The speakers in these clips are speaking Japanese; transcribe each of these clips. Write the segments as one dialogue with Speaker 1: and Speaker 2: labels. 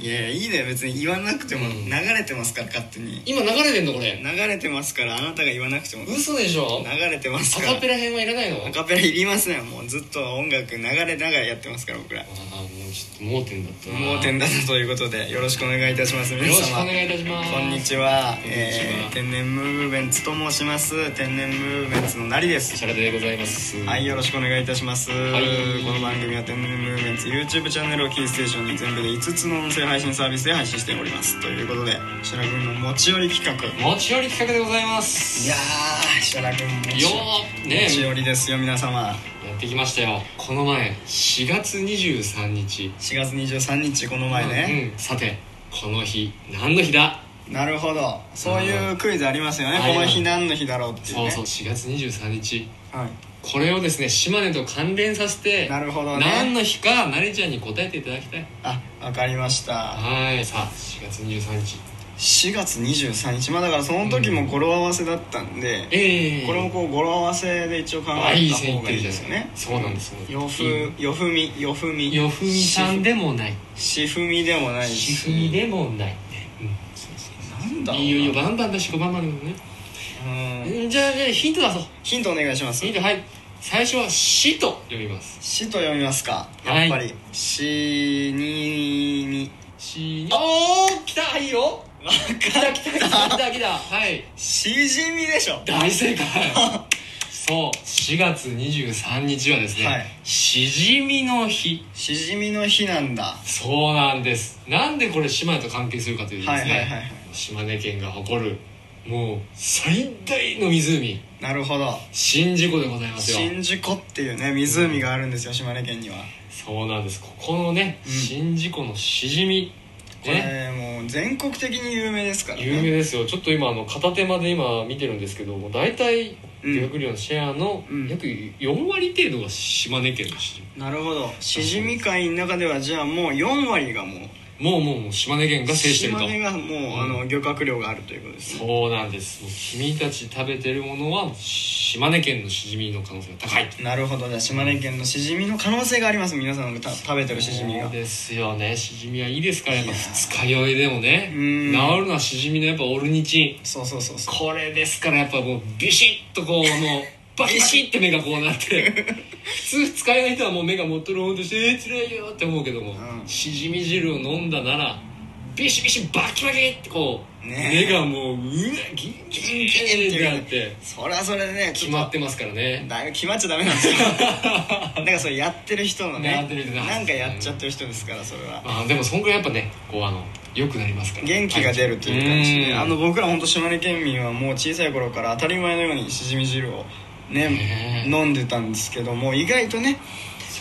Speaker 1: いやいやいいね別に言わなくても、
Speaker 2: うん
Speaker 1: 流れてますから勝手に
Speaker 2: 今流れてんのこれ
Speaker 1: 流れてますからあなたが言わなくても流
Speaker 2: 嘘でしょ
Speaker 1: れてます
Speaker 2: ア
Speaker 1: から
Speaker 2: カペラ編はいらないの
Speaker 1: アカペラいりますねもうずっと音楽流れながらやってますから僕ら
Speaker 2: ああもうちょっと盲点だったな
Speaker 1: 盲点だなということでよろしくお願いいたします皆様
Speaker 2: よろしくお願いいたします
Speaker 1: こんにちは
Speaker 2: こんにちは
Speaker 1: えー天然ムーブメンツと申します天然ムーブメンツのなりです
Speaker 2: シャラでございます
Speaker 1: はい、よろしくお願いいたします、
Speaker 2: い
Speaker 1: この番組は天然ムーブメンツ YouTube チャンネルをキーステーションに全部で5つの音声配信サービスで配信しておりますということでシャラ君の持ち寄り企画い
Speaker 2: 持ち寄り企画でございます
Speaker 1: やーシャラ君持ち
Speaker 2: よーね
Speaker 1: 持ち寄りですよ皆様
Speaker 2: やってきましたよこの前4月23日
Speaker 1: 4月23日この前ね、
Speaker 2: うん、さてこの日何の日だ
Speaker 1: なるほどそういうクイズありますよね、
Speaker 2: うん
Speaker 1: この日何の日だろうっていう
Speaker 2: そう
Speaker 1: ね
Speaker 2: そう4月23日
Speaker 1: はい、
Speaker 2: これをですね島根と関連させて
Speaker 1: なるほどね
Speaker 2: 何の日かなりちゃんに答えていただきたい
Speaker 1: あわかりました
Speaker 2: はいさあ4月23日
Speaker 1: 4月23日まあだからその時も語呂合わせだったんで、
Speaker 2: ええ
Speaker 1: これもこう語呂合わせで一応考
Speaker 2: あ
Speaker 1: え
Speaker 2: いい
Speaker 1: た方
Speaker 2: 線いっ
Speaker 1: が
Speaker 2: て
Speaker 1: い
Speaker 2: るじ
Speaker 1: い
Speaker 2: ゃ
Speaker 1: ですよ
Speaker 2: ない
Speaker 1: ね
Speaker 2: そうなんですね
Speaker 1: よふよふみよふみ
Speaker 2: よふみさんでもない
Speaker 1: しふみでもない
Speaker 2: しふ
Speaker 1: し
Speaker 2: みでもないうんそうそう
Speaker 1: なんだろうない
Speaker 2: いよいいよバンバンだし5番までもね
Speaker 1: うん
Speaker 2: うんじゃあじゃあヒント出そう
Speaker 1: ヒントお願いします
Speaker 2: ヒントはい最初は「し」と読みます
Speaker 1: しと読みますか
Speaker 2: は
Speaker 1: や
Speaker 2: い
Speaker 1: っぱりしにに
Speaker 2: 「し」におー来たはいいよ
Speaker 1: わ
Speaker 2: 来た来た来た来た来たはい
Speaker 1: しじみでしょ
Speaker 2: 大正 解そう4月23日はですね、
Speaker 1: はい
Speaker 2: しじみの日
Speaker 1: しじみの日なんだ
Speaker 2: そうなんですなんでこれ島根と関係するかというとですね、
Speaker 1: はいはいはいはい
Speaker 2: 島根県が誇るもう最大の湖
Speaker 1: なるほど
Speaker 2: 宍道湖でございますよ
Speaker 1: 宍道湖っていうね湖があるんですよ島根県には
Speaker 2: そうなんですここのね
Speaker 1: うん
Speaker 2: 宍道湖のしじみ、
Speaker 1: こ
Speaker 2: ね、
Speaker 1: れもう全国的に有名ですからね
Speaker 2: 有名ですよちょっと今あの片手間で今見てるんですけどもう大体
Speaker 1: うん
Speaker 2: 漁獲量のシェアの
Speaker 1: うん
Speaker 2: 約4割程度が島根県のしじみ
Speaker 1: なるほどしじみ界の中ではじゃあもう4割がもう
Speaker 2: もうもうもう島根県が制してると
Speaker 1: 島根がもう、
Speaker 2: ん
Speaker 1: あの漁獲量があるということですね
Speaker 2: そうなんですもう君たち食べてるものは島根県のしじみの可能性が高い
Speaker 1: なるほどじゃあ島根県のしじみの可能性があります皆さんがた食べてるしじみ
Speaker 2: そ
Speaker 1: が
Speaker 2: うですよねしじみはいいですからやっぱ
Speaker 1: いや
Speaker 2: 二日酔いでもね治
Speaker 1: うん
Speaker 2: るのはしじみのやっぱオルニチン
Speaker 1: そうそうそうそう
Speaker 2: これですからやっぱもうビシッとこうもうバキシッて目がこうなって普通使えない人はもう目がもっとろーんとして「えー、辛いよ」って思うけども、
Speaker 1: うん
Speaker 2: しじみ汁を飲んだならビシビシバキバキってこう、
Speaker 1: ねえ
Speaker 2: 目がもううわギンギンギンってなって
Speaker 1: それはそれでね
Speaker 2: 決まっててますからね
Speaker 1: だ決まっちゃダメなんです よなんかそれやってる人のね
Speaker 2: やってる人だ
Speaker 1: なんかやっちゃってる人ですからそれは
Speaker 2: あでもそんくらいやっぱねこうあの良くなりますから
Speaker 1: 元気が出るという感じで
Speaker 2: ん
Speaker 1: あの僕ら本当島根県民はもう小さい頃から当たり前のようにしじみ汁をね
Speaker 2: ねえ
Speaker 1: 飲んでたんですけども意外とね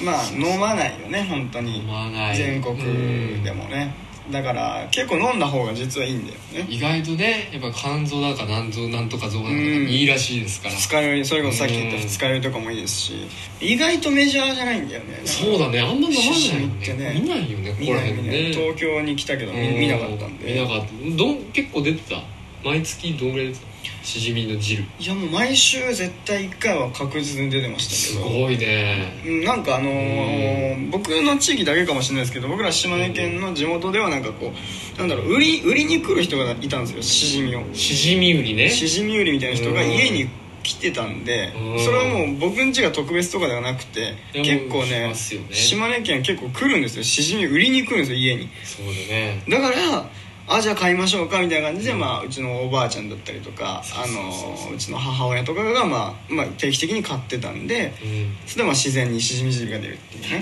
Speaker 1: まあ飲まないよね本当に
Speaker 2: 飲まない
Speaker 1: 全国でもねだから結構飲んだ方が実はいいんだよね
Speaker 2: 意外とねやっぱ肝臓だかなんぞなんとか臓だかいいらしいですから
Speaker 1: 二日酔いそれこそさっき言った
Speaker 2: うん
Speaker 1: 二日酔いとかもいいですし意外とメジャーじゃないんだよね
Speaker 2: そうだねあんま飲ま
Speaker 1: しじ
Speaker 2: ない
Speaker 1: み
Speaker 2: よ
Speaker 1: ってね
Speaker 2: ね見ないよねこ
Speaker 1: 見
Speaker 2: こら
Speaker 1: ない
Speaker 2: 辺
Speaker 1: 見ない
Speaker 2: ね
Speaker 1: 東京に来たけど見
Speaker 2: うん
Speaker 1: 見なかったんで
Speaker 2: 見なかったどん結構出てた毎月どんぐらい出てたしじみの汁
Speaker 1: いやもう毎週絶対一回は確実に出てました
Speaker 2: す
Speaker 1: けど
Speaker 2: ごいね
Speaker 1: うんなんかあのー僕の地域だけかもしれないですけど僕ら島根県の地元ではなんかこうなんだろう売り売りに来る人がいたんですよしじみを
Speaker 2: しじみ売りね
Speaker 1: しじみ売りみたいな人が
Speaker 2: うん
Speaker 1: 家に来てたんで
Speaker 2: うん
Speaker 1: それはもう僕ん家が特別とかではなくて
Speaker 2: いや
Speaker 1: 結構
Speaker 2: もう来
Speaker 1: ね
Speaker 2: ますよね
Speaker 1: 島根県結構来るんですよしじみ売りに来るんですよ家に
Speaker 2: そうだね
Speaker 1: だからあじゃあ買いましょうかみたいな感じで、まあ、うちのおばあちゃんだったりとか
Speaker 2: そう
Speaker 1: あ
Speaker 2: そうそうそう
Speaker 1: のうちの母親とかが、まあまあ、定期的に買ってたんで
Speaker 2: うん
Speaker 1: それでまあ自然にしじみ汁が出るっていうね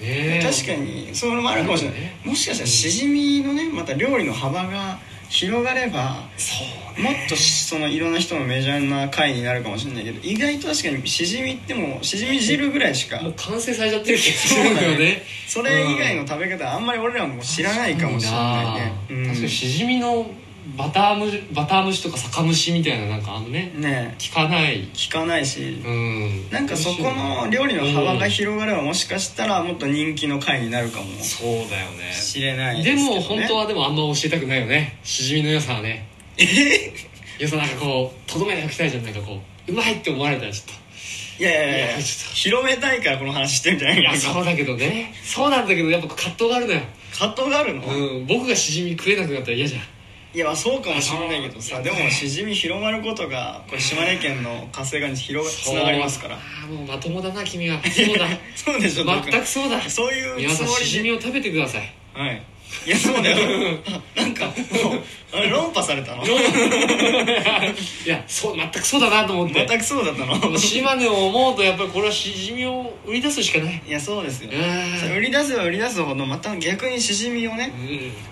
Speaker 2: ね
Speaker 1: 確かにそれもあるかもしれない、
Speaker 2: ね
Speaker 1: もしかしたらしじみのねまた料理の幅が広がれば
Speaker 2: そう
Speaker 1: もっとそのいろんな人のメジャーな回になるかもしれないけど意外と確かにしじみってもうしじみ汁ぐらいしか
Speaker 2: もう完成されちゃってる気がするんだよね
Speaker 1: それ以外の食べ方あんまり俺らも知らないかもしれないね
Speaker 2: 確かに確かに
Speaker 1: う
Speaker 2: しじみのバター蒸しバター蒸しとか酒蒸しみたいななんかあのね
Speaker 1: んね
Speaker 2: 効かない
Speaker 1: 聞かないし
Speaker 2: うん
Speaker 1: なんかそこの料理の幅が広がればもしかしたらもっと人気の回になるかも
Speaker 2: うんそうだよね
Speaker 1: しれない
Speaker 2: です
Speaker 1: けどね
Speaker 2: も本当はでもあんま教えたくないよねしじみの良さはね良さなんかこうとどめておきたいじゃんなんかこううまいって思われたらちょっ
Speaker 1: いやいやいやいや
Speaker 2: いやちょっと
Speaker 1: 広めたいからこの話してんじゃな
Speaker 2: い
Speaker 1: いの
Speaker 2: やそうだけどねそうなんだけどやっぱ葛藤があるのよ、
Speaker 1: 葛藤があるの、い
Speaker 2: うん、僕がしじみ食えなくなったら嫌じゃん
Speaker 1: やまあそうかもしれないけどさでもしじみ広まることがこれ島根県の活性化に広がつながりますから
Speaker 2: ああもうまともだな君はそうだ
Speaker 1: そうでしょ
Speaker 2: 全くそうだ
Speaker 1: そういう
Speaker 2: 皆
Speaker 1: つ
Speaker 2: さん
Speaker 1: も
Speaker 2: し
Speaker 1: り
Speaker 2: じ
Speaker 1: で
Speaker 2: みを食べてください
Speaker 1: はいいやそうだ よなんかもうあれ論破されたの
Speaker 2: いやそう全くそうだなと思って
Speaker 1: 全くそうだった の
Speaker 2: 島根を思うとやっぱりこれはしじみを売り出すしかない
Speaker 1: いやそうですよ
Speaker 2: うん
Speaker 1: 売り出せば売り出すほどまた逆にしじみをね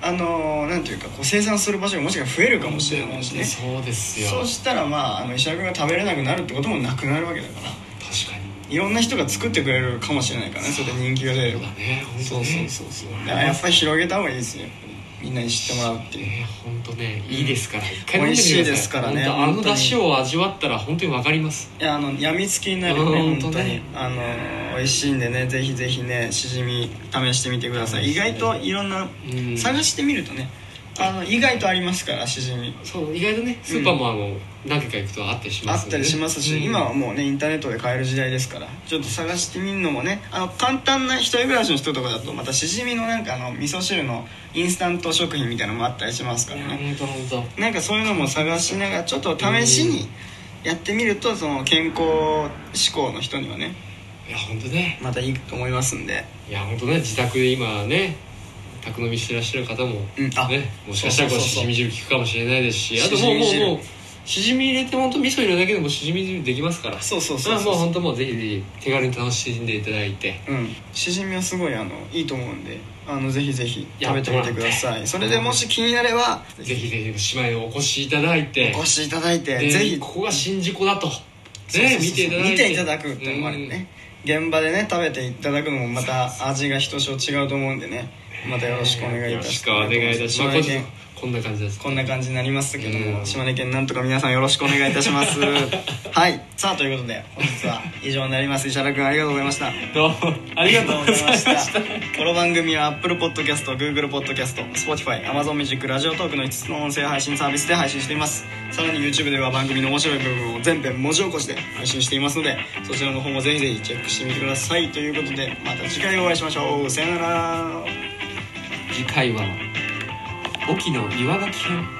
Speaker 1: あのーなんていうかこう生産する場所がもしかしたら増えるかもしれないしね
Speaker 2: そうですよ
Speaker 1: そうしたらまああの石原君が食べれなくなるってこともなくなるわけだから
Speaker 2: 確かに
Speaker 1: いろんな人が作ってくれるかもしれないからねそれで人気が出れ
Speaker 2: そう
Speaker 1: ば
Speaker 2: だね本当
Speaker 1: そうそうそうそうだからや
Speaker 2: ね
Speaker 1: っぱり広げた方がいいですよやっぱりみんなに知ってもらうっていう
Speaker 2: ね本当ねいいですから一
Speaker 1: 美
Speaker 2: ん
Speaker 1: 味
Speaker 2: み
Speaker 1: しい
Speaker 2: てくださ
Speaker 1: ですから
Speaker 2: 本
Speaker 1: ね
Speaker 2: 当あ
Speaker 1: 本
Speaker 2: の
Speaker 1: 当に
Speaker 2: 出汁を味わったら本当にわかります
Speaker 1: いやあのやみつきになるよね
Speaker 2: うん
Speaker 1: 本当に
Speaker 2: 本
Speaker 1: あの美味しいんでねぜひぜひねしじみ試してみてください意外といろんな
Speaker 2: うん
Speaker 1: 探してみるとねあの意外とありますからしじみ
Speaker 2: そう意外とねスーパーもあの何回か行くとあったりし
Speaker 1: あ
Speaker 2: ます
Speaker 1: っ
Speaker 2: ん
Speaker 1: た
Speaker 2: でね
Speaker 1: りしますし、
Speaker 2: うん
Speaker 1: 今はもうねインターネットで買える時代ですからちょっと探してみるのもねあの簡単な一人暮らしの人とかだとまたしじみのなんかあの味噌汁のインスタント食品みたいなのもあったりしますか
Speaker 2: い
Speaker 1: ら
Speaker 2: や
Speaker 1: ね
Speaker 2: 本当本当
Speaker 1: なんかそういうのも探しながらちょっと試しにやってみるとその健康志向の人にはね
Speaker 2: いや本当ね
Speaker 1: またいいと思いますんで、
Speaker 2: いや本当ね自宅で今ね宅飲みしてらっしゃる方も
Speaker 1: うん、あ
Speaker 2: ねもしかしたらこ
Speaker 1: そ
Speaker 2: う
Speaker 1: うそう
Speaker 2: しじ
Speaker 1: そう
Speaker 2: み汁効くかもしれないですしあともう
Speaker 1: し
Speaker 2: も
Speaker 1: じみ汁
Speaker 2: うもうしじみ入れて本当味噌入れるだけでもしじみ汁できますから
Speaker 1: そうそう
Speaker 2: そ
Speaker 1: そ
Speaker 2: れ
Speaker 1: う
Speaker 2: はもう
Speaker 1: そ
Speaker 2: 本当もうぜひぜひ手軽に楽しんでいただいて
Speaker 1: う、うん、しじみはすごいあのいいと思うんであのぜひぜひ
Speaker 2: や
Speaker 1: 食べてみてくださいそれでもし気になれば
Speaker 2: ぜひぜひ島へお越しいただいて
Speaker 1: お越しいただいて
Speaker 2: で
Speaker 1: ぜひ
Speaker 2: ここが宍道湖だと
Speaker 1: そうそう
Speaker 2: ね
Speaker 1: そう
Speaker 2: 見ていただいて
Speaker 1: 見ていただくってのもあるよね現場でね食べていただくのもまた味がひとしお違うと思うんでねまたよろしくお願いいたしま
Speaker 2: よろし
Speaker 1: す
Speaker 2: くお願いいたします
Speaker 1: 島根県
Speaker 2: こんな感じです
Speaker 1: こんな感じになりましたけど
Speaker 2: う
Speaker 1: も
Speaker 2: ん
Speaker 1: 島根県なんとか皆さんよろしくお願いいたします はいさあということで本日は以上になります石原君ありがとうございました
Speaker 2: どうもありがとうございました
Speaker 1: この番組は Apple Podcast、Google Podcast、Spotify、Amazon Music、ラジオトークの5つの音声配信サービスで配信しています。さらに YouTube では番組の面白い部分を全編文字起こしで配信していますので、そちらの方もぜひぜひチェックしてみてください。ということで、また次回お会いしましょう。さよなら。
Speaker 2: 次回は沖の岩垣編